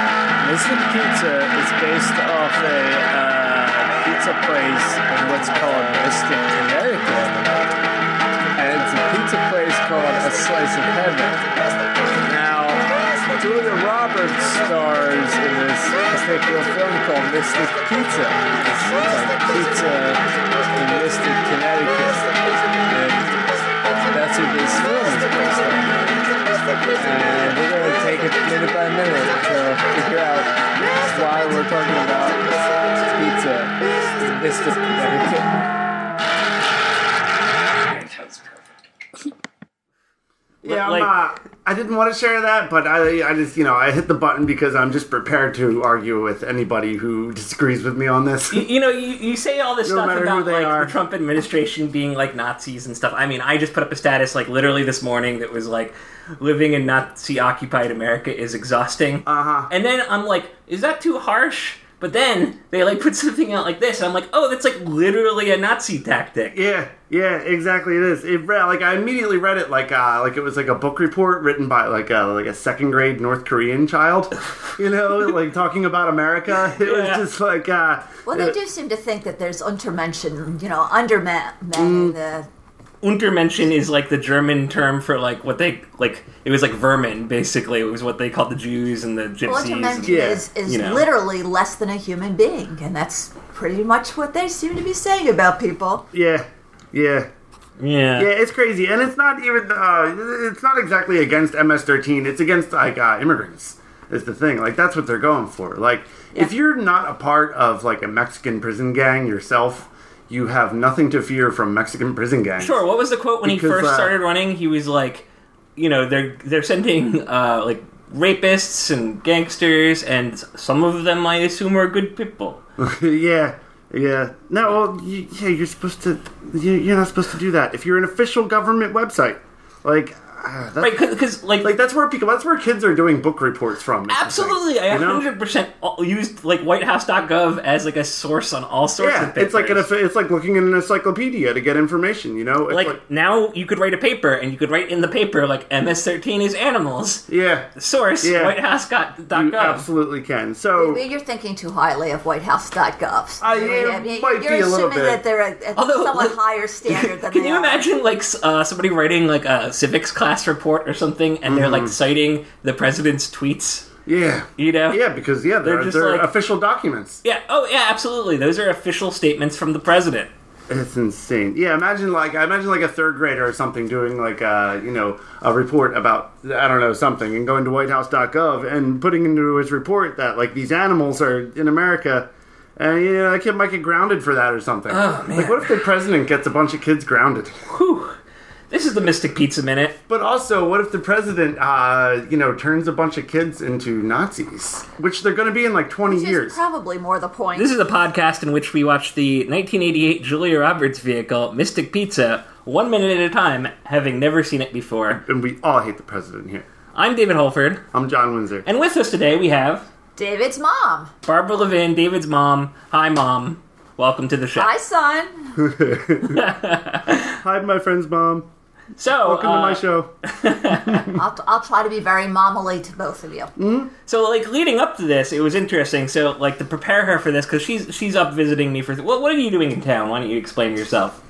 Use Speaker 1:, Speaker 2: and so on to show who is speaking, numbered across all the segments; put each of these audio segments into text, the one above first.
Speaker 1: Lizard Pizza is based off a uh, pizza place in what's called Mystic, Connecticut. And it's a pizza place called A Slice of Heaven. Now, Julia Roberts stars in this particular film called Mystic Pizza. It's like pizza in Mystic, Connecticut. And that's what this film is based on. And we're going to take it minute by minute to figure out why we're talking about pizza in Mystic, Connecticut.
Speaker 2: Yeah,
Speaker 1: Like-
Speaker 2: I'm not, I didn't want to share that, but I, I just, you know, I hit the button because I'm just prepared to argue with anybody who disagrees with me on this.
Speaker 3: You, you know, you, you say all this
Speaker 2: No
Speaker 3: stuff
Speaker 2: matter who
Speaker 3: about
Speaker 2: they
Speaker 3: like
Speaker 2: are.
Speaker 3: the Trump administration being like Nazis and stuff. I mean, I just put up a status like literally this morning that was like living in Nazi occupied America is exhausting.
Speaker 2: Uh-huh.
Speaker 3: And then I'm like, is that too harsh? But then they like put something out like this. And I'm like, oh, that's like literally a Nazi tactic.
Speaker 2: Yeah, yeah, exactly. It is. It read like I immediately read it like uh, like it was like a book report written by like a like a second grade North Korean child, you know, like talking about America. It
Speaker 3: Yeah.
Speaker 2: was just like uh,
Speaker 4: Well, they do seem to think that there's untermention, you know, undermen in the
Speaker 3: Untermenschen is like the German term for like what they like. It was like vermin, basically. It was what they called the Jews and the
Speaker 4: Well,
Speaker 3: gypsies.
Speaker 4: Untermensch
Speaker 2: yeah,
Speaker 4: is, is
Speaker 3: you know.
Speaker 4: literally less than a human being, and that's pretty much what they seem to be saying about people.
Speaker 2: yeah, yeah.
Speaker 3: yeah.
Speaker 2: Yeah, it's crazy, and it's not even uh, it's not exactly against MS-13. It's against like uh, immigrants. Is the thing like that's what they're going for? Like if you're not a part of like a Mexican prison gang yourself, you have nothing to fear from Mexican prison gangs.
Speaker 3: Sure. What was the quote when he
Speaker 2: Because,
Speaker 3: first
Speaker 2: uh,
Speaker 3: started running? He was like, you know, they're they're sending uh, like rapists and gangsters, and some of them I assume are good people.
Speaker 2: yeah, yeah. No, well, you, yeah, you're supposed to. You, you're not supposed to do that if you're an official government website. Like, uh, that,
Speaker 3: Right? Because like,
Speaker 2: like that's where people. That's where kids are doing book reports from. is the thing,
Speaker 3: absolutely, I
Speaker 2: you know?
Speaker 3: 100 percent used like WhiteHouse.gov as like a source on all sorts
Speaker 2: Yeah,
Speaker 3: of papers.
Speaker 2: it's like an, it's like looking in an encyclopedia to get information. You know, it's
Speaker 3: Like,
Speaker 2: like,
Speaker 3: now you could write a paper, and you could write in the paper like MS13 is animals.
Speaker 2: yeah,
Speaker 3: Source
Speaker 2: Yeah. you
Speaker 3: WhiteHouse.gov.
Speaker 2: absolutely can. So
Speaker 4: Maybe You're thinking too highly of WhiteHouse.gov.
Speaker 2: I- it
Speaker 4: you're
Speaker 2: might be a little
Speaker 4: assuming
Speaker 2: bit.
Speaker 4: that they're at at
Speaker 3: Although,
Speaker 4: somewhat
Speaker 3: like-
Speaker 4: higher standard than
Speaker 3: Can
Speaker 4: they
Speaker 3: you
Speaker 4: are.
Speaker 3: imagine like s- uh, somebody writing like a civics class report or something, and they're
Speaker 2: Mm-hmm.
Speaker 3: like citing the president's tweets?
Speaker 2: yeah,
Speaker 3: You know?
Speaker 2: yeah, because yeah, they're
Speaker 3: They're just
Speaker 2: they're
Speaker 3: like-
Speaker 2: official documents.
Speaker 3: Yeah. Oh, yeah. Absolutely. Those are official statements from the president.
Speaker 2: It's insane. Yeah, imagine like I imagine like a third grader or something doing like a you know a report about I don't know something and going to WhiteHouse.gov and putting into his report that like these animals are in America, and you know that kid might get grounded for that or something.
Speaker 3: Oh, man.
Speaker 2: Like what if the president gets a bunch of kids grounded?
Speaker 3: Whew. This is the Mystic Pizza Minute.
Speaker 2: But also, what if the president uh, you know turns a bunch of kids into Nazis, which they're going to be in like twenty
Speaker 4: Which
Speaker 2: years?
Speaker 4: is probably more the point.
Speaker 3: This is a podcast in which we watch the 1988 Julia Roberts vehicle Mystic Pizza one minute at a time, having never seen it before.
Speaker 2: and we all hate the president here.
Speaker 3: I'm David Holford,
Speaker 2: I'm John Windsor.
Speaker 3: and with us today we have
Speaker 4: David's mom.
Speaker 3: Barbara Levin, David's mom. Hi, mom. Welcome to the show.
Speaker 4: Hi, son.
Speaker 2: Hi, my friend's mom.
Speaker 3: So,
Speaker 2: Welcome to
Speaker 3: uh,
Speaker 2: my show.
Speaker 4: I'll, I'll try to be very momly to both of you.
Speaker 3: So like leading up to this, it was interesting. So like to prepare her for this because she's she's up visiting me for. Well, what are you doing in town? Why don't you explain yourself?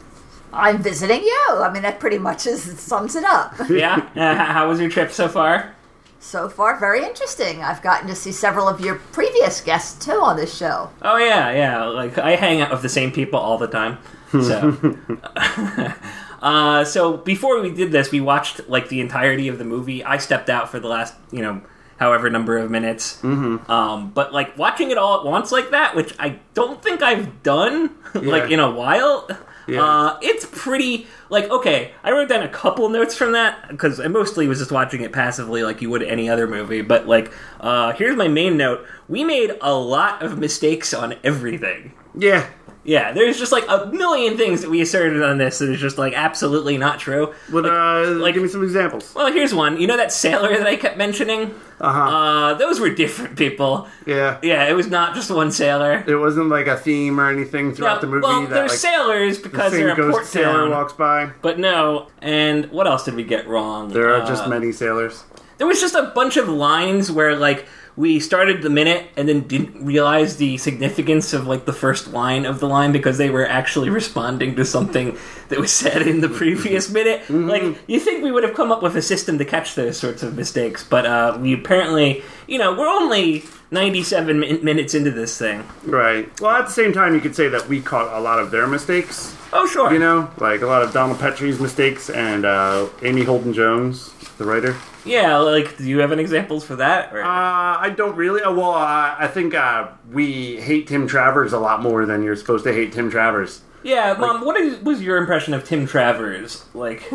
Speaker 4: I'm visiting you. I mean, that pretty much is, sums it up.
Speaker 3: Yeah. Uh, h- how was your trip so far?
Speaker 4: So far, very interesting. I've gotten to see several of your previous guests too on this show.
Speaker 3: Oh yeah, yeah. Like I hang out with the same people all the time. So. Uh, so before we did this, we watched like the entirety of the movie. I stepped out for the last, you know, however number of minutes. Mm-hmm. Um, but like watching it all at once like that, which I don't think I've done like
Speaker 2: Yeah.
Speaker 3: in a while.
Speaker 2: Yeah.
Speaker 3: Uh, it's pretty like okay. I wrote down a couple notes from that because I mostly was just watching it passively, like you would any other movie. But like, uh, here's my main note: we made a lot of mistakes on everything.
Speaker 2: Yeah.
Speaker 3: Yeah, there's just like a million things that we asserted on this that is just like absolutely not true.
Speaker 2: But uh,
Speaker 3: like-
Speaker 2: give me some examples.
Speaker 3: Well, here's one. You know that sailor that I kept mentioning?
Speaker 2: Uh-huh.
Speaker 3: Uh, those were different people.
Speaker 2: Yeah.
Speaker 3: Yeah, it was not just one sailor.
Speaker 2: It wasn't like a theme or anything throughout the movie
Speaker 3: well,
Speaker 2: that
Speaker 3: they're
Speaker 2: like
Speaker 3: sailors because
Speaker 2: same
Speaker 3: they're a
Speaker 2: ghost
Speaker 3: port
Speaker 2: sailor
Speaker 3: town.
Speaker 2: walks by.
Speaker 3: But no, and what else did we get wrong?
Speaker 2: There are
Speaker 3: Uh,
Speaker 2: just many sailors.
Speaker 3: there was just a bunch of lines where like we started the minute and then didn't realize the significance of like the first line of the line because they were actually responding to something that was said in the previous minute.
Speaker 2: Mm-hmm.
Speaker 3: Like you think we would have come up with a system to catch those sorts of mistakes, but uh, we apparently, you know, we're only 97 min- minutes into this thing.
Speaker 2: Right. Well, at the same time, you could say that we caught a lot of their mistakes.
Speaker 3: Oh sure,
Speaker 2: You know, like a lot of Donald Petrie's mistakes and uh, Amy Holden Jones, the writer.
Speaker 3: yeah. Like, do you have any examples for that? Or?
Speaker 2: Uh, I don't really. Uh, well, uh, I think uh, we hate Tim Travers a lot more than you're supposed to hate Tim Travers.
Speaker 3: Yeah, mom. What is, was your impression of Tim Travers? Like,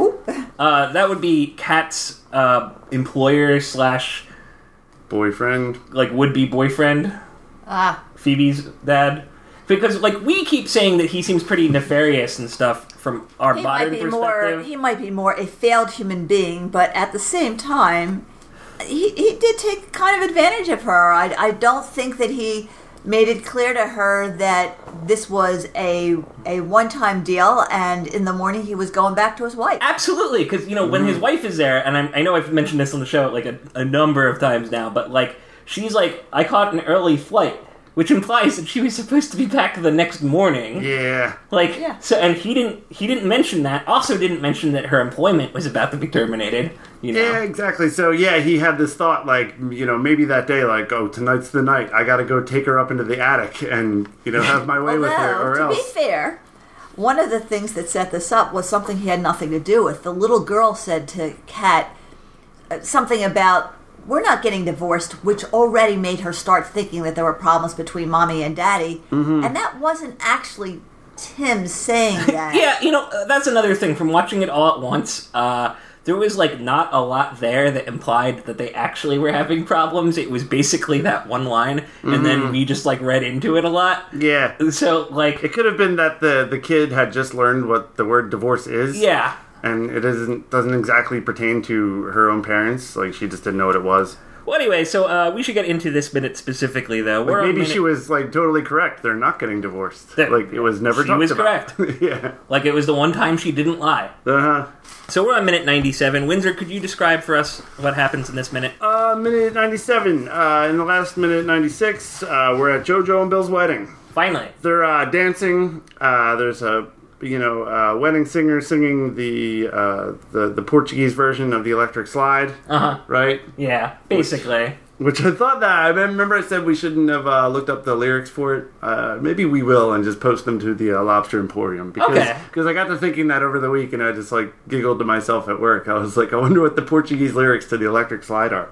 Speaker 3: uh, that would be Kat's uh, employer slash
Speaker 2: Boyfriend.
Speaker 3: like would be boyfriend,
Speaker 4: Ah,
Speaker 3: Phoebe's dad. Because like we keep saying that he seems pretty nefarious and stuff from our
Speaker 4: he might
Speaker 3: modern
Speaker 4: be
Speaker 3: perspective.
Speaker 4: more. He might be more a failed human being, but at the same time, he he did take kind of advantage of her. I I don't think that he made it clear to her that this was a a one time deal, and in the morning he was going back to his wife.
Speaker 3: Absolutely, because you know when his wife is there, and I'm, I know I've mentioned this on the show like a, a number of times now, but like she's like, I caught an early flight, which implies that she was supposed to be back the next morning.
Speaker 2: Yeah.
Speaker 3: Like
Speaker 4: Yeah.
Speaker 3: so, and he didn't. He didn't mention that. Also, didn't mention that her employment was about to be terminated. You know.
Speaker 2: Yeah, exactly. So yeah, he had this thought, like you know, maybe that day, like, oh, tonight's the night. I got to go take her up into the attic and you know have my way with her,
Speaker 4: Although,
Speaker 2: or
Speaker 4: Oh, to
Speaker 2: else.
Speaker 4: be fair, one of the things that set this up was something he had nothing to do with. The little girl said to Kat uh, something about we're not getting divorced, which already made her start thinking that there were problems between mommy and daddy,
Speaker 2: Mm-hmm.
Speaker 4: and that wasn't actually Tim saying that.
Speaker 3: Yeah, you know uh, that's another thing from watching it all at once. Uh, there was like not a lot there that implied that they actually were having problems. It was basically that one line, and then we just like read into it a lot.
Speaker 2: Mm-hmm. yeah,
Speaker 3: So like,
Speaker 2: it could have been that the the kid had just learned what the word divorce is.
Speaker 3: yeah.
Speaker 2: and it isn't doesn't exactly pertain to her own parents. Like she just didn't know what it was.
Speaker 3: Well, anyway, so uh, we should get into this minute specifically, though. We're a
Speaker 2: Maybe
Speaker 3: minute-
Speaker 2: she was like totally correct. They're not getting divorced.
Speaker 3: That-
Speaker 2: like it was never.
Speaker 3: she
Speaker 2: talked
Speaker 3: was
Speaker 2: about. yeah.
Speaker 3: like it was the one time she didn't lie.
Speaker 2: Uh-huh.
Speaker 3: So we're on minute ninety-seven. Windsor, could you describe for us what happens in this minute?
Speaker 2: Uh Minute ninety seven. Uh, in the last minute ninety six, uh, we're at JoJo and Bill's wedding.
Speaker 3: Finally.
Speaker 2: They're uh, dancing. Uh, there's a you know uh, wedding singer singing the uh, the the Portuguese version of the Electric Slide.
Speaker 3: Uh huh.
Speaker 2: Right,
Speaker 3: Yeah, basically.
Speaker 2: which I thought that I remember I said we shouldn't have uh, looked up the lyrics for it. Uh, maybe we will and just post them to the uh, Lobster Emporium because
Speaker 3: Okay.
Speaker 2: cause I got to thinking that over the week and I just like giggled to myself at work. I was like, I wonder what the Portuguese lyrics to the Electric Slide are.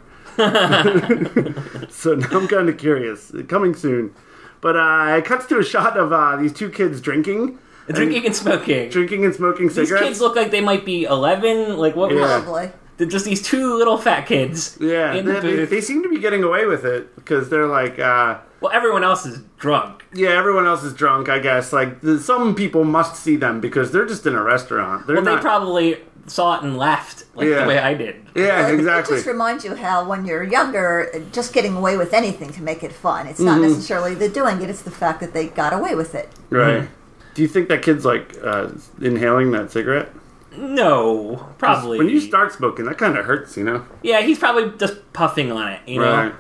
Speaker 2: so now I'm kind of curious. Coming soon, but uh, it cuts to a shot of uh, these two kids drinking,
Speaker 3: Drinking and smoking.
Speaker 2: drinking and smoking
Speaker 3: These
Speaker 2: cigarettes.
Speaker 3: kids look like they might be 11. Like, what
Speaker 2: Yeah.
Speaker 3: were
Speaker 4: Probably.
Speaker 3: they're just these two little fat kids?
Speaker 2: yeah,
Speaker 3: In the
Speaker 2: they, they,
Speaker 3: booth.
Speaker 2: they seem to be getting away with it because they're like. Uh,
Speaker 3: Well, everyone else is drunk.
Speaker 2: Yeah, everyone else is drunk, I guess. Like, th- some people must see them because they're just in a restaurant. They're
Speaker 3: Well,
Speaker 2: not.
Speaker 3: they probably saw it and laughed, like
Speaker 2: Yeah.
Speaker 3: the way I did.
Speaker 2: yeah,
Speaker 4: It- It
Speaker 2: exactly.
Speaker 4: just reminds you how when you're younger, just getting away with anything can make it fun. It's not
Speaker 2: Mm-hmm.
Speaker 4: necessarily the doing it; it's the fact that they got away with it.
Speaker 2: Right. Do you think that kid's, like, uh, inhaling that cigarette?
Speaker 3: No, probably.
Speaker 2: When you start smoking, that kind of hurts, you know?
Speaker 3: yeah, he's probably just puffing on it. You know,
Speaker 2: Right.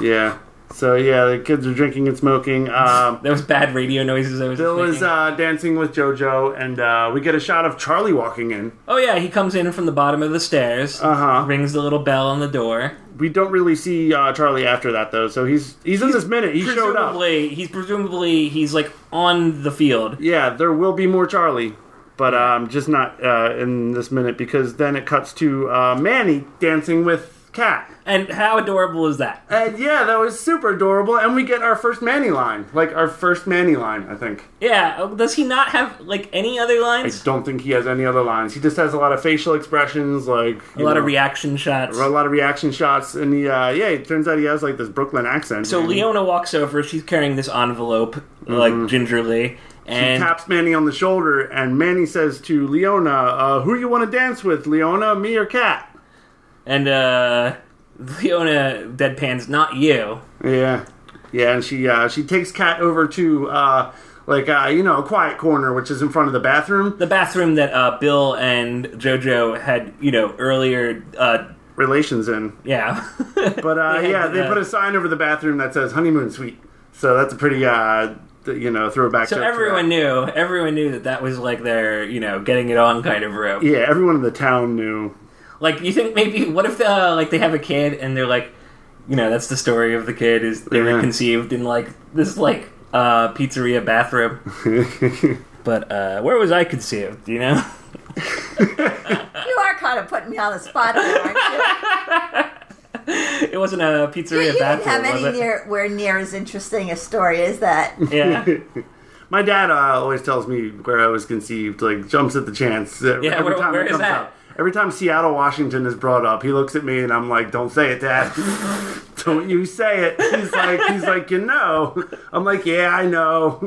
Speaker 2: Yeah. So, yeah, the kids are drinking and smoking. Um,
Speaker 3: there was bad radio noises. I was
Speaker 2: Bill
Speaker 3: making.
Speaker 2: is uh, dancing with JoJo, and uh, we get a shot of Charlie walking in.
Speaker 3: oh yeah, he comes in from the bottom of the stairs.
Speaker 2: Uh-huh.
Speaker 3: Rings the little bell on the door.
Speaker 2: We don't really see uh, Charlie after that, though, so he's he's in this minute. He showed up.
Speaker 3: presumably, he's presumably he's like on the field.
Speaker 2: Yeah, there will be more Charlie, but um, just not uh, in this minute because then it cuts to uh, Manny dancing with Cat.
Speaker 3: And how adorable is that?
Speaker 2: And yeah, that was super adorable. And we get our first Manny line, like our first Manny line, I think.
Speaker 3: Yeah, uh, does he not have like any other
Speaker 2: I
Speaker 3: lines?
Speaker 2: don't think he has any other lines. He just has a lot of facial expressions, like
Speaker 3: A lot of reaction shots.
Speaker 2: a lot of reaction shots, and he uh, yeah, it turns out he has like this Brooklyn accent.
Speaker 3: So
Speaker 2: Manny.
Speaker 3: Leona walks over. She's carrying this envelope
Speaker 2: Mm-hmm.
Speaker 3: like gingerly,
Speaker 2: He
Speaker 3: and
Speaker 2: taps Manny on the shoulder, and Manny says to Leona, uh, "Who you want to dance with, Leona, me or Cat?"
Speaker 3: and uh, Leona deadpans, "Not you."
Speaker 2: Yeah, yeah, and she uh, she takes Kat over to uh, like uh, you know a quiet corner, which is in front of the bathroom.
Speaker 3: The bathroom that uh, Bill and JoJo had, you know, earlier uh,
Speaker 2: relations in.
Speaker 3: Yeah.
Speaker 2: But uh,
Speaker 3: They had
Speaker 2: yeah,
Speaker 3: the,
Speaker 2: they
Speaker 3: uh,
Speaker 2: put a sign over the bathroom that says honeymoon suite. So that's a pretty uh, th- you know throwback.
Speaker 3: so
Speaker 2: joke to
Speaker 3: everyone
Speaker 2: that.
Speaker 3: knew. Everyone knew that that was like their, you know, getting it on kind of rope.
Speaker 2: Yeah, everyone in the town knew.
Speaker 3: Like you think maybe what if uh, like they have a kid and they're like, you know, that's the story of the kid is they
Speaker 2: Yeah.
Speaker 3: were conceived in like this like uh, pizzeria bathroom. but uh, where was I conceived? You know.
Speaker 4: You are kind of putting me on the spot there, aren't you?
Speaker 3: It wasn't a pizzeria
Speaker 4: you didn't
Speaker 3: bathroom,
Speaker 4: have any
Speaker 3: was it?
Speaker 4: near, where near as interesting a story as that.
Speaker 3: yeah,
Speaker 2: My dad uh, always tells me where I was conceived. Like jumps at the chance. uh,
Speaker 3: Yeah, where- where is that?
Speaker 2: up. Every time Seattle, Washington is brought up, he looks at me and I'm like, "Don't say it, Dad. Don't you say it." He's like, "He's like, you know." I'm like, "Yeah, I know."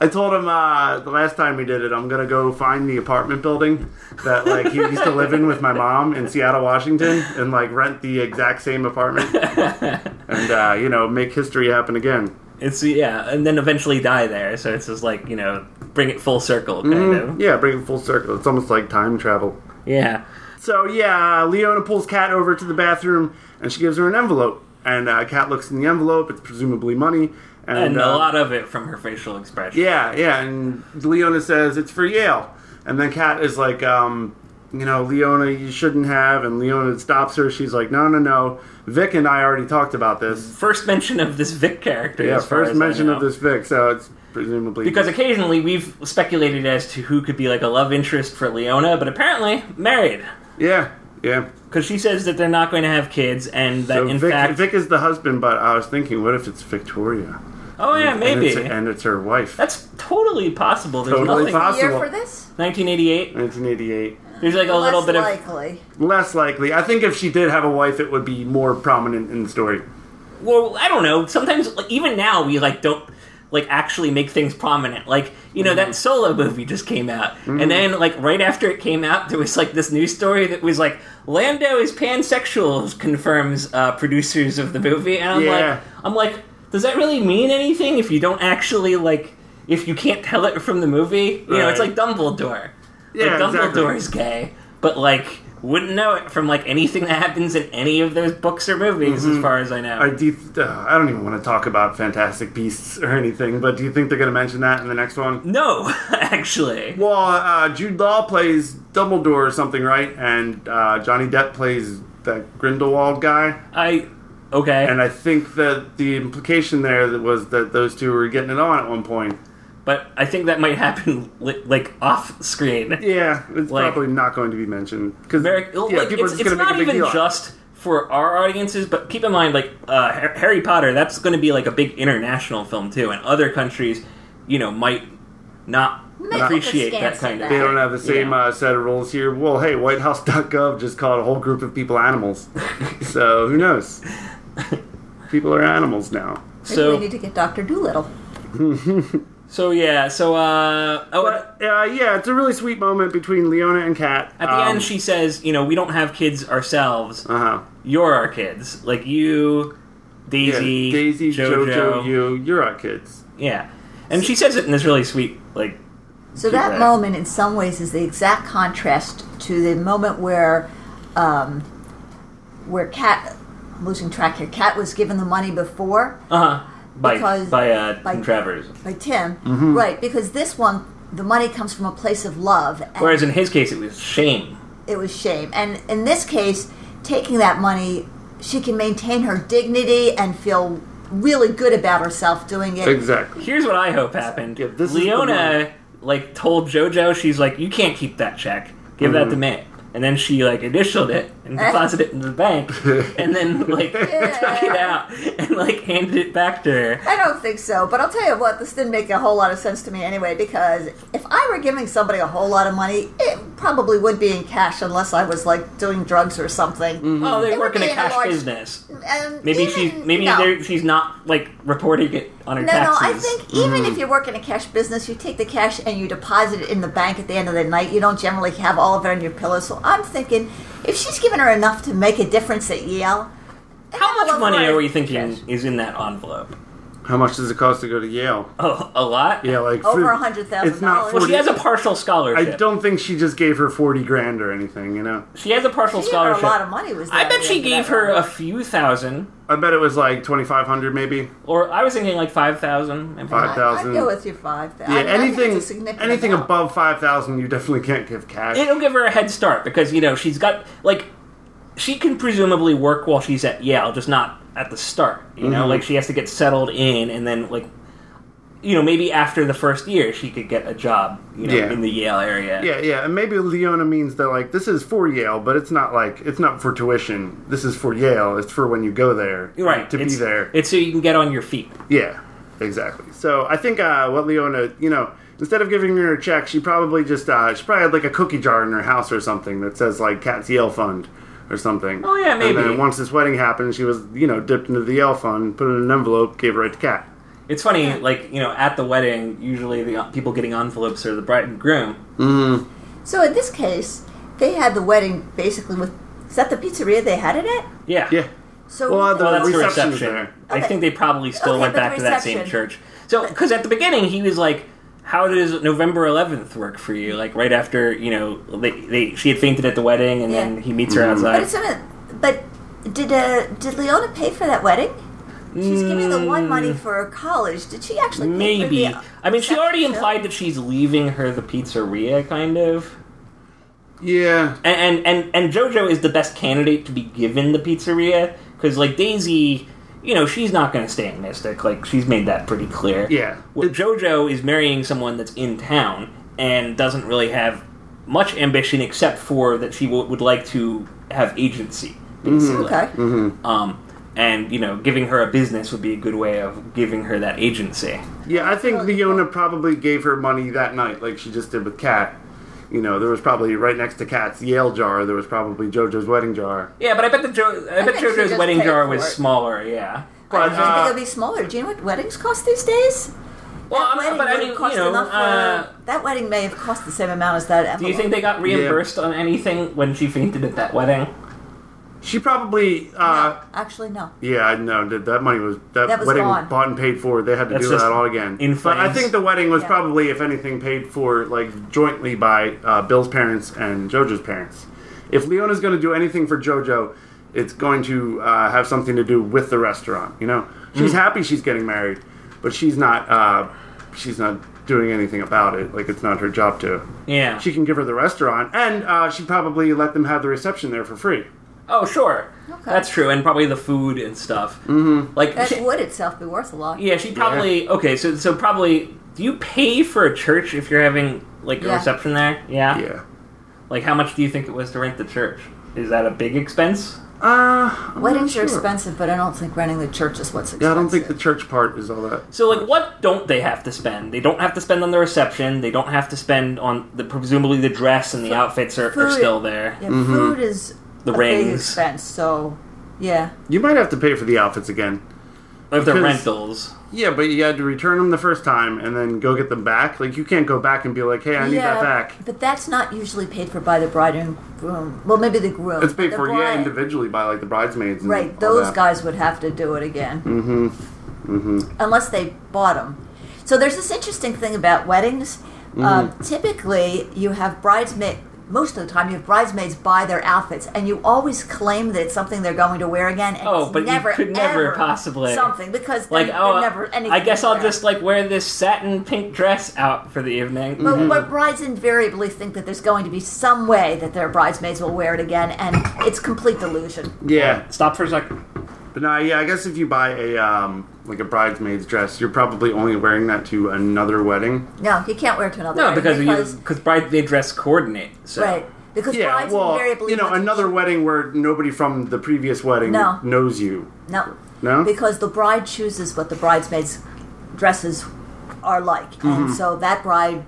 Speaker 2: I told him uh, the last time we did it, I'm gonna go find the apartment building that like he used to live in with my mom in Seattle, Washington, and like rent the exact same apartment, and uh, you know, make history happen again.
Speaker 3: it's yeah, and then eventually die there. So it's just like you know, bring it full circle, kind of.
Speaker 2: Mm, Yeah, bring it full circle. It's almost like time travel.
Speaker 3: Yeah,
Speaker 2: So yeah, Leona pulls Kat over to the bathroom, and she gives her an envelope. And uh, Kat looks in the envelope; it's presumably money. And,
Speaker 3: and
Speaker 2: uh,
Speaker 3: a lot of it from her facial expression.
Speaker 2: Yeah, yeah. And Leona says it's for Yale, and then Kat is like, um, you know, Leona, you shouldn't have. And Leona stops her. She's like, no, no, no. Vic and I already talked about this.
Speaker 3: First mention of this Vic character.
Speaker 2: Yeah,
Speaker 3: as far
Speaker 2: first
Speaker 3: as I
Speaker 2: mention of
Speaker 3: know.
Speaker 2: this Vic, so it's presumably
Speaker 3: Because occasionally we've speculated as to who could be like a love interest for Leona, but apparently married.
Speaker 2: yeah, yeah.
Speaker 3: Because she says that they're not going to have kids, and that
Speaker 2: So
Speaker 3: in
Speaker 2: Vic,
Speaker 3: fact,
Speaker 2: Vic is the husband, but I was thinking, what if it's Victoria?
Speaker 3: oh yeah, maybe
Speaker 2: And it's, and it's her wife.
Speaker 3: that's totally possible. There's
Speaker 2: Totally
Speaker 3: nothing.
Speaker 2: possible.
Speaker 4: The year for this?
Speaker 3: 1988.
Speaker 2: 1988.
Speaker 3: There's like a
Speaker 4: Less
Speaker 3: little bit of
Speaker 4: likely.
Speaker 2: Less likely. I think if she did have a wife, it would be more prominent in the story.
Speaker 3: well i don't know sometimes like, even now we like don't like actually make things prominent like you know
Speaker 2: Mm.
Speaker 3: that solo movie just came out and then like right after it came out there was like this news story that was like lando is pansexual confirms uh, producers of the movie and i'm
Speaker 2: Yeah.
Speaker 3: like i'm like does that really mean anything if you don't actually like if you can't tell it from the movie you know it's like
Speaker 2: Right.
Speaker 3: dumbledore
Speaker 2: Yeah,
Speaker 3: like dumbledore
Speaker 2: exactly.
Speaker 3: is gay but like wouldn't know it from like anything that happens in any of those books or movies
Speaker 2: Mm-hmm.
Speaker 3: as far as i know
Speaker 2: Or do you th- uh, I don't even want to talk about Fantastic Beasts or anything, but do you think they're going to mention that in the next one?
Speaker 3: No, actually.
Speaker 2: Well, uh, Jude Law plays Dumbledore or something, right? And uh, Johnny Depp plays that Grindelwald guy.
Speaker 3: I okay,
Speaker 2: And I think that the implication there that was that those two were getting it on at one point.
Speaker 3: but I think that might happen li- like off screen.
Speaker 2: Yeah, it's
Speaker 3: Like-
Speaker 2: probably not going to be mentioned because
Speaker 3: Very-
Speaker 2: yeah,
Speaker 3: like,
Speaker 2: people
Speaker 3: it's,
Speaker 2: are just
Speaker 3: it's
Speaker 2: going to make
Speaker 3: not
Speaker 2: a big
Speaker 3: even
Speaker 2: deal. out of it.
Speaker 3: just for our audiences, but keep in mind, like uh, Har- Harry Potter, that's going to be like a big international film too, and other countries, you know, might not
Speaker 4: Might
Speaker 3: appreciate
Speaker 4: look
Speaker 3: that
Speaker 4: askance
Speaker 3: kind
Speaker 4: at
Speaker 3: of.
Speaker 4: that.
Speaker 2: They don't have the same
Speaker 3: Yeah.
Speaker 2: uh, set of rules here. Well, hey, WhiteHouse.gov just called a whole group of people animals. so who knows? People are animals now.
Speaker 4: Maybe
Speaker 3: So-
Speaker 4: we need to get Doctor Doolittle.
Speaker 3: So yeah, so uh, oh,
Speaker 2: But uh, yeah, it's a really sweet moment between Leona and Kat.
Speaker 3: at
Speaker 2: Um,
Speaker 3: the end she says, you know, we don't have kids ourselves.
Speaker 2: uh huh.
Speaker 3: You're our kids, like you,
Speaker 2: Yeah,
Speaker 3: Daisy,
Speaker 2: Daisy,
Speaker 3: JoJo,
Speaker 2: JoJo, you, you're our kids.
Speaker 3: Yeah, and she says it in this really sweet, like,
Speaker 4: So that
Speaker 2: Correct.
Speaker 4: moment, in some ways, is the exact contrast to the moment where, um, where Cat, I'm losing track here. Cat was given the money before
Speaker 3: uh huh, by
Speaker 4: Because-
Speaker 3: by uh,
Speaker 4: by-
Speaker 3: Tim Travers.
Speaker 4: by Tim,
Speaker 3: Mm-hmm.
Speaker 4: right? Because this one, the money comes from a place of love, and
Speaker 3: Whereas in his case, it was shame.
Speaker 4: it was shame. And in this case, taking that money, she can maintain her dignity and feel really good about herself doing it.
Speaker 2: Exactly.
Speaker 3: Here's what I hope happened.
Speaker 2: Yeah, this is the
Speaker 3: Leona like told JoJo, she's like, "You can't keep that check. Give that to
Speaker 2: Mm-hmm.
Speaker 3: me." And then she like initialed it
Speaker 4: Eh.
Speaker 3: and deposited it in the bank, and then like took it out and like handed it back to her.
Speaker 4: I don't think so, but I'll tell you what, this didn't make a whole lot of sense to me anyway, because if I were giving somebody a whole lot of money, it probably would be in cash unless I was like doing drugs or something.
Speaker 3: Oh, they
Speaker 4: It would
Speaker 3: work in a
Speaker 4: be in a
Speaker 3: cash
Speaker 4: large-
Speaker 3: business.
Speaker 4: And
Speaker 3: Maybe
Speaker 4: even-
Speaker 3: she maybe
Speaker 4: no.
Speaker 3: they're she's not like reporting it on her
Speaker 4: No, no,
Speaker 3: taxes.
Speaker 4: I think even
Speaker 2: Mm-hmm.
Speaker 4: if you work in a cash business, you take the cash and you deposit it in the bank at the end of the night. You don't generally have all of it on your pillow. So I'm thinking if she's given her enough to make a difference at Yale,
Speaker 3: How much money are we
Speaker 4: thinking?
Speaker 3: thinking is in that envelope?
Speaker 2: How much does it cost to go to Yale?
Speaker 3: A, a lot.
Speaker 2: Yeah, like
Speaker 4: Over
Speaker 2: for-
Speaker 4: $100,000.
Speaker 2: It's not
Speaker 4: Well,
Speaker 3: She
Speaker 2: forty.
Speaker 3: has a partial
Speaker 2: I
Speaker 3: scholarship.
Speaker 2: don't think she just gave her forty grand or anything. You know,
Speaker 3: She has a partial
Speaker 4: She gave her
Speaker 3: scholarship.
Speaker 4: a lot of money. Was
Speaker 3: I
Speaker 4: that
Speaker 3: bet she
Speaker 4: at the end
Speaker 3: gave
Speaker 4: of that
Speaker 3: her
Speaker 4: round.
Speaker 3: a few thousand,
Speaker 2: I bet it was like twenty five hundred, maybe.
Speaker 3: or I was thinking like five thousand.
Speaker 2: Five
Speaker 4: I- I'd
Speaker 2: 1,000.
Speaker 4: go with your five thousand.
Speaker 2: Yeah, anything anything above five thousand, you definitely can't give cash.
Speaker 3: It'll give her a head start because you know she's got like she can presumably work while she's at Yale, just not at the start. You know,
Speaker 2: Mm-hmm.
Speaker 3: like she has to get settled in, and then like you know maybe after the first year she could get a job. You know,
Speaker 2: Yeah.
Speaker 3: in the Yale area.
Speaker 2: yeah, yeah, and maybe Leona means that like this is for Yale, but it's not like it's not for tuition. This is for Yale. It's for when you go there,
Speaker 3: Right
Speaker 2: To be
Speaker 3: it's-
Speaker 2: there,
Speaker 3: It's so you can get on your feet.
Speaker 2: Yeah, exactly. So I think uh, what Leona, you know, instead of giving her a check, she probably just uh, she probably had like a cookie jar in her house or something that says like Cat's Yale Fund or something.
Speaker 3: Oh, yeah,
Speaker 2: And
Speaker 3: maybe.
Speaker 2: then once this wedding happened, she was you know dipped into the Yale Fund, put it in an envelope, gave it right to Cat.
Speaker 3: It's funny, like you know, at the wedding, usually the people getting envelopes are the bride and groom.
Speaker 4: So in this case, they had the wedding basically with. Is that the pizzeria they had it at?
Speaker 3: Yeah,
Speaker 2: Yeah.
Speaker 4: So
Speaker 2: Well, the
Speaker 3: Well, Oh, that's the
Speaker 2: reception's
Speaker 3: reception.
Speaker 2: there.
Speaker 3: I think they probably still
Speaker 4: Okay,
Speaker 3: went
Speaker 4: but
Speaker 3: back to that same
Speaker 4: reception.
Speaker 3: church. So, because at the beginning he was like, "How does November 11th work for you?" Like right after you know they, they she had fainted at the wedding, and then
Speaker 4: Yeah.
Speaker 3: he meets her
Speaker 4: but
Speaker 3: outside.
Speaker 4: it's not. But did uh, did Leona pay for that wedding? She's giving the one money for college. Did she actually? Pay for the-
Speaker 3: Mm. Maybe. I mean, she already
Speaker 4: reception?
Speaker 3: implied that she's leaving her the pizzeria, kind of.
Speaker 2: Yeah.
Speaker 3: and and and, and JoJo is the best candidate to be given the pizzeria because like Daisy, you know, she's not going to stay in Mystic. Like she's made that pretty clear.
Speaker 2: Yeah.
Speaker 3: Well, JoJo is marrying someone that's in town and doesn't really have much ambition except for that she w- would like to have agency. Basically.
Speaker 4: Mm-hmm. Okay.
Speaker 2: Mm-hmm.
Speaker 3: Um, and you know, giving her a business would be a good way of giving her that agency.
Speaker 2: Yeah, I think Leona probably gave her money that night, like she just did with Cat. You know, there was probably right next to Cat's Yale jar, there was probably JoJo's wedding jar.
Speaker 3: Yeah, but I bet the jo- I, bet
Speaker 4: think she
Speaker 3: JoJo's
Speaker 4: just
Speaker 3: wedding
Speaker 4: paid
Speaker 3: jar
Speaker 4: for
Speaker 3: was
Speaker 4: it.
Speaker 3: smaller. Yeah.
Speaker 4: I
Speaker 2: But,
Speaker 4: think
Speaker 2: uh,
Speaker 4: it'll be smaller. Do you know what weddings cost these days?
Speaker 3: Well,
Speaker 4: that wedding
Speaker 3: I'm- but I
Speaker 4: would have
Speaker 3: mean,
Speaker 4: cost
Speaker 3: you know,
Speaker 4: enough for,
Speaker 3: uh,
Speaker 4: that wedding may have cost the same amount as that.
Speaker 3: Do you think
Speaker 4: envelope.
Speaker 3: they got reimbursed on anything when she fainted at that wedding?
Speaker 2: she probably uh
Speaker 4: No, actually, no.
Speaker 2: Yeah, I know. That, that money was that,
Speaker 4: That was
Speaker 2: wedding
Speaker 4: gone.
Speaker 2: was bought and paid for. They had to
Speaker 3: That's
Speaker 2: do
Speaker 3: just
Speaker 2: that all again.
Speaker 3: in
Speaker 2: but I
Speaker 3: flames.
Speaker 2: think the wedding was
Speaker 4: Yeah.
Speaker 2: probably, if anything, paid for like jointly by uh, Bill's parents and JoJo's parents. If Leona's going to do anything for JoJo, it's going to uh, have something to do with the restaurant. You know, she's happy she's getting married, but she's not. Uh, she's not doing anything about it. Like it's not her job to.
Speaker 3: Yeah.
Speaker 2: She can give her the restaurant, and uh, she probably let them have the reception there for free.
Speaker 3: oh, sure.
Speaker 4: Okay.
Speaker 3: That's true, and probably the food and stuff. Mm-hmm. Like,
Speaker 4: That
Speaker 3: she-
Speaker 4: would itself be worth a lot.
Speaker 3: yeah, she probably okay. So, so probably do you pay for a church if you're having like a
Speaker 4: Yeah.
Speaker 3: reception there? Yeah?
Speaker 2: Yeah.
Speaker 3: Like, how much do you think it was to rent the church? Is that a big expense?
Speaker 2: Uh, I'm
Speaker 4: Weddings
Speaker 2: not
Speaker 4: are
Speaker 2: sure.
Speaker 4: expensive, but I don't think renting the church is what's expensive.
Speaker 2: Yeah, I don't think the church part is all that.
Speaker 3: So, like, what don't they have to spend? They don't have to spend on the reception. They don't have to spend on the presumably the dress and the outfits are, are
Speaker 4: Food.
Speaker 3: still there.
Speaker 4: Yeah,
Speaker 2: Mm-hmm.
Speaker 4: food is
Speaker 3: The
Speaker 4: a big
Speaker 3: rings.
Speaker 4: expense. So, yeah,
Speaker 2: You might have to pay for the outfits again.
Speaker 3: If they're
Speaker 2: Because-
Speaker 3: rentals.
Speaker 2: Yeah, but you had to return them the first time and then go get them back. Like you can't go back and be like, "Hey, I need
Speaker 4: yeah,
Speaker 2: that back."
Speaker 4: But that's not usually paid for by the bride and groom. Well, maybe the groom.
Speaker 2: It's paid
Speaker 4: The
Speaker 2: for yeah
Speaker 4: bride-
Speaker 2: individually by like the bridesmaids. And all
Speaker 4: Right, those
Speaker 2: that.
Speaker 4: guys would have to do it again. Mm-hmm. Mm-hmm. Unless they bought them. So there's this interesting thing about weddings. Um,
Speaker 2: Mm-hmm.
Speaker 4: typically, you have bridesmaid. Most of the time, you have bridesmaids buy their outfits, and you always claim that it's something they're going to wear again. And
Speaker 3: Oh,
Speaker 4: it's
Speaker 3: but you
Speaker 4: never,
Speaker 3: could never
Speaker 4: ever
Speaker 3: possibly-
Speaker 4: something because they're,
Speaker 3: like oh,
Speaker 4: they're never anything.
Speaker 3: I guess
Speaker 4: to
Speaker 3: I'll
Speaker 4: wear.
Speaker 3: just like wear this satin pink dress out for the evening.
Speaker 4: But,
Speaker 2: Mm-hmm.
Speaker 4: but brides invariably think that there's going to be some way that their bridesmaids will wear it again, and it's complete delusion.
Speaker 2: Yeah,
Speaker 3: Stop for a second.
Speaker 2: but no, yeah. I guess if you buy a um, like a bridesmaid's dress, you're probably only wearing that to another wedding.
Speaker 4: No, you can't wear it to another.
Speaker 3: No,
Speaker 4: wedding
Speaker 3: because because bride they dress coordinate. So
Speaker 4: right because
Speaker 2: Yeah,
Speaker 4: brides
Speaker 2: well,
Speaker 4: invariably
Speaker 2: you know,
Speaker 4: want to-
Speaker 2: another wedding where nobody from the previous wedding
Speaker 4: No.
Speaker 2: knows you.
Speaker 4: no
Speaker 2: No?
Speaker 4: because the bride chooses what the bridesmaids' dresses are like,
Speaker 2: Mm-hmm.
Speaker 4: and so that bride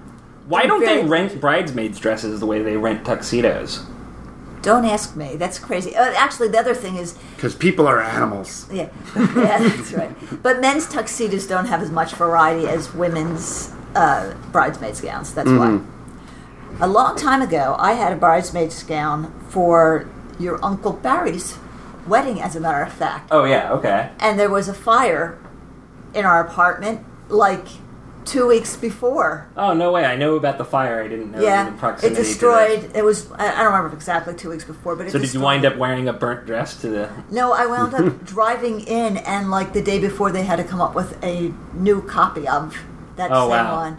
Speaker 3: why don't they
Speaker 4: Very-
Speaker 3: rent bridesmaids dresses the way they rent tuxedos?
Speaker 4: don't ask me. That's crazy. Uh, actually, the other thing is
Speaker 2: Because people are animals.
Speaker 4: yeah, yeah, that's right. But men's tuxedos don't have as much variety as women's uh, bridesmaids' gowns. That's
Speaker 3: Mm-hmm.
Speaker 4: why. A long time ago, I had a bridesmaid's gown for your Uncle Barry's wedding, as a matter of fact.
Speaker 3: Oh yeah, okay.
Speaker 4: And there was a fire in our apartment like two weeks before.
Speaker 3: Oh no way! I know about the fire. I didn't know.
Speaker 4: yeah,
Speaker 3: in proximity
Speaker 4: it
Speaker 3: to
Speaker 4: destroyed. It was I I don't remember exactly two weeks before, but it
Speaker 3: that. So did you
Speaker 4: destroyed-
Speaker 3: wind up wearing a burnt dress to the?
Speaker 4: No, I wound up driving in, and like the day before, they had to come up with a new copy of that
Speaker 3: Oh,
Speaker 4: same
Speaker 3: wow. Hmm.
Speaker 4: one.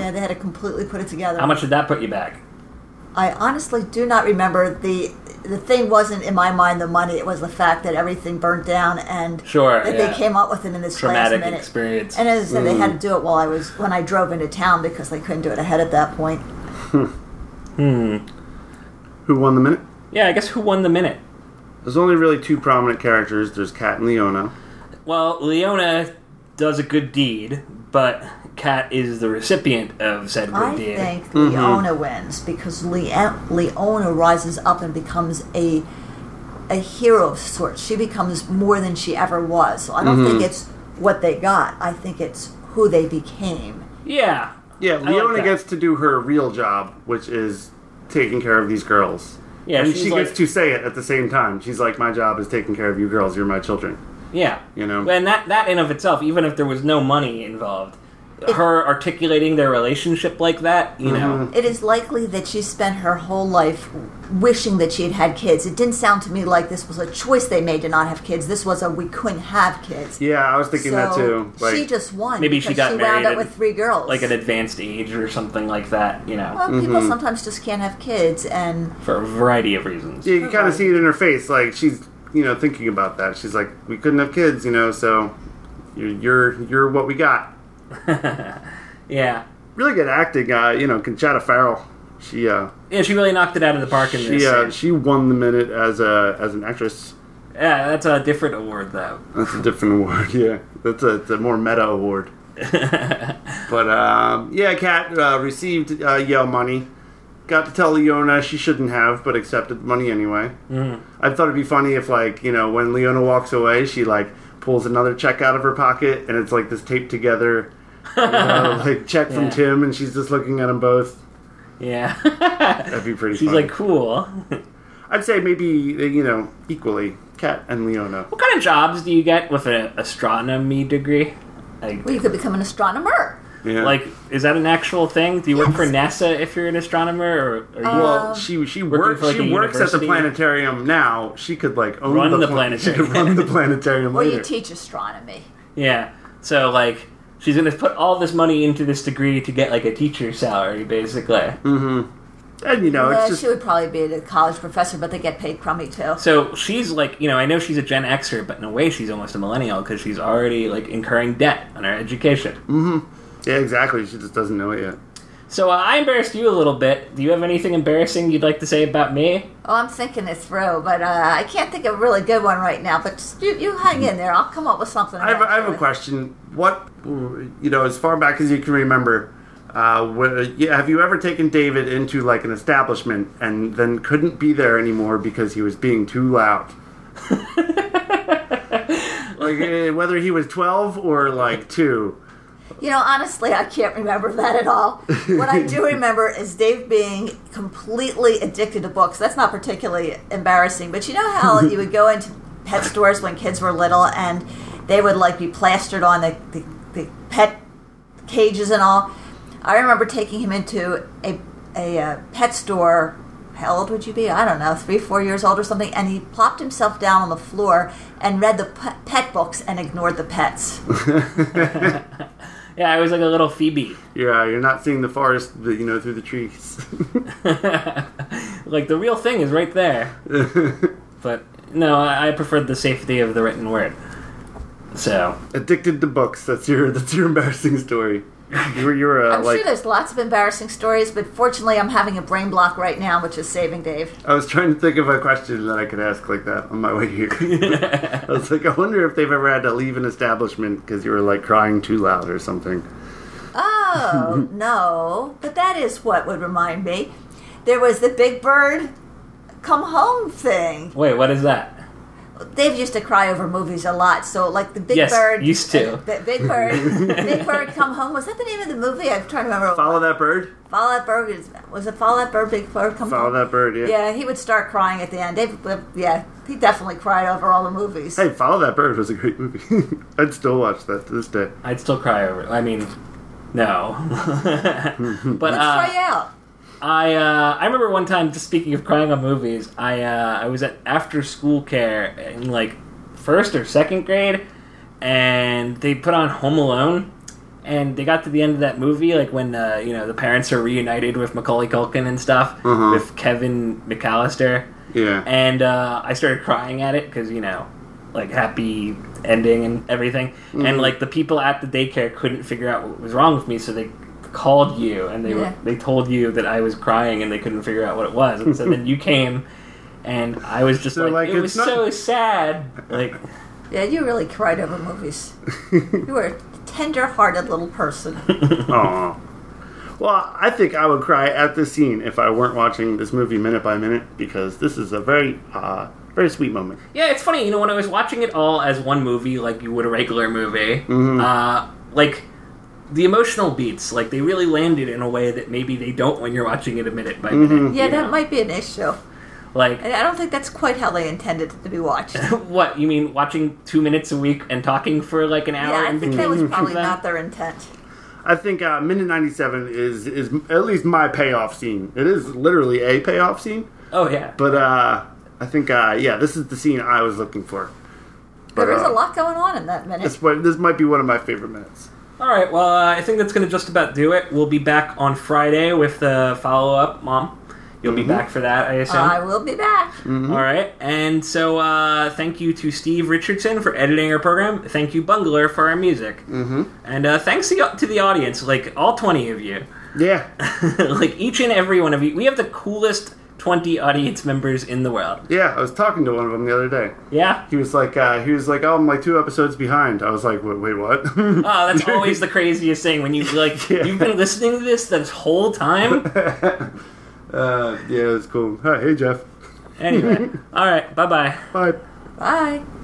Speaker 4: Yeah, they had to completely put it together.
Speaker 3: How much did that put you back?
Speaker 4: I honestly do not remember the the thing wasn't in my mind the money. It was the fact that everything burned down and
Speaker 3: Sure,
Speaker 4: that
Speaker 3: yeah.
Speaker 4: they came up with it in this
Speaker 3: Traumatic
Speaker 4: last minute.
Speaker 3: experience. Hmm.
Speaker 4: And as I said, they had to do it while I was when I drove into town because they couldn't do it ahead at that point.
Speaker 2: Who won the minute?
Speaker 3: Yeah, I guess who won the minute?
Speaker 2: There's only really two prominent characters. There's Cat and Leona.
Speaker 3: Well, Leona does a good deed, but Kat is the recipient of said good
Speaker 4: I
Speaker 3: deed.
Speaker 4: think
Speaker 3: Mm-hmm.
Speaker 4: Leona wins because Lea- Leona rises up and becomes a a hero of sorts. She becomes more than she ever was. So I don't
Speaker 3: Mm-hmm.
Speaker 4: think it's what they got. I think it's who they became.
Speaker 3: Yeah.
Speaker 2: Yeah,
Speaker 3: like
Speaker 2: Leona
Speaker 3: that.
Speaker 2: gets to do her real job, which is taking care of these girls.
Speaker 3: Yeah,
Speaker 2: and
Speaker 3: she's
Speaker 2: she
Speaker 3: like-
Speaker 2: gets to say it at the same time. She's like, "My job is taking care of you girls. You're my children."
Speaker 3: Yeah.
Speaker 2: You know?
Speaker 3: And that that in of itself, even if there was no money involved, her articulating their relationship like that, you
Speaker 2: Mm-hmm.
Speaker 3: know.
Speaker 4: It is likely that she spent her whole life wishing that she had had kids. It didn't sound to me like this was a choice they made to not have kids. This was a we couldn't have kids.
Speaker 2: Yeah, I was thinking
Speaker 4: so
Speaker 2: that too. Like,
Speaker 4: she just won.
Speaker 3: maybe she
Speaker 4: because
Speaker 3: got
Speaker 4: she
Speaker 3: married
Speaker 4: wound up
Speaker 3: at-
Speaker 4: with three girls.
Speaker 3: Like Mm-hmm. an advanced age or something like that, you know,
Speaker 4: well, people sometimes just can't have kids, and
Speaker 3: for a variety of reasons.
Speaker 2: yeah, you kind of see it in her face. Like she's, you know, thinking about that. She's like, "We couldn't have kids, you know, so you're you're, you're what we got."
Speaker 3: Yeah.
Speaker 2: Really good acting, uh, you know, Conchata Farrell. She uh,
Speaker 3: Yeah, she really knocked it out of the park in this.
Speaker 2: she uh,
Speaker 3: scene.
Speaker 2: she won the minute as a as an actress.
Speaker 3: yeah, that's a different award though.
Speaker 2: That's a different award, yeah. That's a, it's a more meta award. but um, yeah, Kat uh, received uh, Yale money. Got to tell Leona she shouldn't have, but accepted the money anyway.
Speaker 3: Mm-hmm.
Speaker 2: Mm. I thought it'd be funny if, like, you know, when Leona walks away, she like pulls another check out of her pocket, and it's like this taped together, you know, like check from
Speaker 3: Yeah.
Speaker 2: Tim, and she's just looking at them both.
Speaker 3: Yeah.
Speaker 2: That'd be pretty.
Speaker 3: She's
Speaker 2: funny.
Speaker 3: like, cool.
Speaker 2: I'd say maybe uh, you know equally Kat and Leona.
Speaker 3: What kind of jobs do you get with an astronomy degree? Like,
Speaker 4: well, you could become an astronomer.
Speaker 2: Yeah.
Speaker 3: like is that an actual thing? Do you work for
Speaker 4: Yes.
Speaker 3: NASA if you're an astronomer, or, or you
Speaker 2: Well, she she works
Speaker 3: for, like,
Speaker 2: she
Speaker 3: a
Speaker 2: works at the
Speaker 3: university?
Speaker 2: planetarium now. She could like own
Speaker 3: Run the
Speaker 2: pla-
Speaker 3: planetarium.
Speaker 2: She could run the planetarium
Speaker 4: Or
Speaker 2: later.
Speaker 4: you teach astronomy.
Speaker 3: yeah? So like, she's gonna put all this money into this degree to get like a teacher's salary, basically.
Speaker 2: and you know,
Speaker 4: Well,
Speaker 2: it's
Speaker 4: Uh, she
Speaker 2: just
Speaker 4: would probably be a college professor, but they get paid crummy too.
Speaker 3: So she's like, you know, I know she's a Gen Xer, but in a way she's almost a millennial because she's already like incurring debt on her education.
Speaker 2: yeah, exactly. She just doesn't know it yet.
Speaker 3: So uh, I embarrassed you a little bit. Do you have anything embarrassing you'd like to say about me?
Speaker 4: Oh, I'm thinking it through, but uh, I can't think of a really good one right now. But just, you, you hang in there. I'll come up with something.
Speaker 2: I have, I have a
Speaker 4: eventually.
Speaker 2: question. What you know, as far back as you can remember, uh, wh- yeah, have you ever taken David into like an establishment and then couldn't be there anymore because he was being too loud? like eh, whether he was twelve or like two.
Speaker 4: You know, honestly, I can't remember that at all. What I do remember is Dave being completely addicted to books. That's not particularly embarrassing, but you know how you would go into pet stores when kids were little and they would like be plastered on the, the, the pet cages and all. I remember taking him into a, a uh, pet store. How old would you be? I don't know, three, four years old or something. And he plopped himself down on the floor and read the pe- pet books and ignored the pets.
Speaker 3: Yeah, I was like a little Phoebe.
Speaker 2: Yeah, you're not seeing the forest, you know, through the trees.
Speaker 3: Like the real thing is right there. but no, I, I preferred the safety of the written word. So
Speaker 2: Addicted to books. That's your that's your embarrassing story. You're you're a,
Speaker 4: I'm
Speaker 2: uh, like
Speaker 4: sure there's lots of embarrassing stories, but fortunately, I'm having a brain block right now, which is saving Dave.
Speaker 2: I was trying to think of a question that I could ask like that on my way here. I was like, I wonder if they've ever had to leave an establishment because you were like crying too loud or something.
Speaker 4: Oh, no. But that is what would remind me. There was the Big Bird come home thing.
Speaker 3: wait, what is that?
Speaker 4: Dave used to cry over movies a lot. So like the Big
Speaker 3: Yes,
Speaker 4: Bird
Speaker 3: used to.
Speaker 4: uh, B- Big Bird, Big Bird, Come Home. Was that the name of the movie? I'm trying to remember.
Speaker 2: Follow that bird.
Speaker 4: Fall Out Bird is- was it Fall Out Bird? Big Bird, Come
Speaker 2: Follow
Speaker 4: Home.
Speaker 2: that bird. Yeah.
Speaker 4: Yeah, he would start crying at the end. Dave, yeah, he definitely cried over all the movies.
Speaker 2: Hey, Follow That Bird was a great movie. I'd still watch that to this day.
Speaker 3: I'd still cry over it. I mean, no. but uh,
Speaker 4: Cry out.
Speaker 3: I uh, I remember one time just speaking of crying on movies. I uh, I was at after school care in like first or second grade, and they put on Home Alone, and they got to the end of that movie like when uh, you know the parents are reunited with Macaulay Culkin and stuff
Speaker 2: Mhm.
Speaker 3: with Kevin McAllister,
Speaker 2: Yeah.
Speaker 3: and uh, I started crying at it because you know like happy ending and everything,
Speaker 2: Mm-hmm.
Speaker 3: and like the people at the daycare couldn't figure out what was wrong with me, so they called you and they were
Speaker 4: Yeah.
Speaker 3: they told you that I was crying and they couldn't figure out what it was. And so then you came and I was just
Speaker 2: So,
Speaker 3: like,
Speaker 2: like,
Speaker 3: it was
Speaker 2: it's not-
Speaker 3: so sad. Like
Speaker 4: Yeah, you really cried over movies. you were a tender-hearted little person.
Speaker 2: Aw. Well, I think I would cry at this scene if I weren't watching this movie minute by minute because this is a very, uh, very sweet moment.
Speaker 3: Yeah, it's funny, you know, when I was watching it all as one movie, like you would a regular movie,
Speaker 2: Mm-hmm.
Speaker 3: uh, like the emotional beats, like they really landed in a way that maybe they don't when you're watching it a minute by
Speaker 2: Mm-hmm.
Speaker 3: minute.
Speaker 4: Yeah,
Speaker 3: you
Speaker 4: that
Speaker 3: know?
Speaker 4: might be an issue.
Speaker 3: like
Speaker 4: And I don't think that's quite how they intended it to be watched.
Speaker 3: what you mean watching two minutes a week and talking for like an hour
Speaker 4: yeah, I
Speaker 3: in
Speaker 4: think that was
Speaker 3: between
Speaker 4: probably
Speaker 3: them?
Speaker 4: not their intent.
Speaker 2: I think uh, minute ninety seven is is at least my payoff scene. It is literally a payoff scene,
Speaker 3: oh yeah
Speaker 2: but uh, I think uh, yeah, this is the scene I was looking for. But,
Speaker 4: There was a
Speaker 2: uh,
Speaker 4: lot going on in that minute.
Speaker 2: This, wa- this might be one of my favorite minutes.
Speaker 3: all right well uh, i think that's gonna just about do it we'll be back on friday with the follow-up mom you'll be back for that i assume
Speaker 4: I will be back.
Speaker 2: Mm.
Speaker 3: All right. And so uh, thank you to Steve Richardson for editing our program. Thank you, Bungler, for our music. Mm-hmm. And uh, thanks to, to the audience, like all 20 of you.
Speaker 2: Yeah,
Speaker 3: like each and every one of you. We have the coolest 20 audience members in the world.
Speaker 2: yeah. I was talking to one of them the other day.
Speaker 3: Yeah?
Speaker 2: He was like, uh, he was like, oh, I'm like two episodes behind. I was like, wait, wait what?
Speaker 3: Oh, that's always the craziest thing when you like
Speaker 2: Yeah.
Speaker 3: you've been listening to this this whole time.
Speaker 2: uh, yeah, it was cool. Hi, hey, Jeff.
Speaker 3: Anyway, all right, bye bye.
Speaker 2: Bye.
Speaker 4: Bye.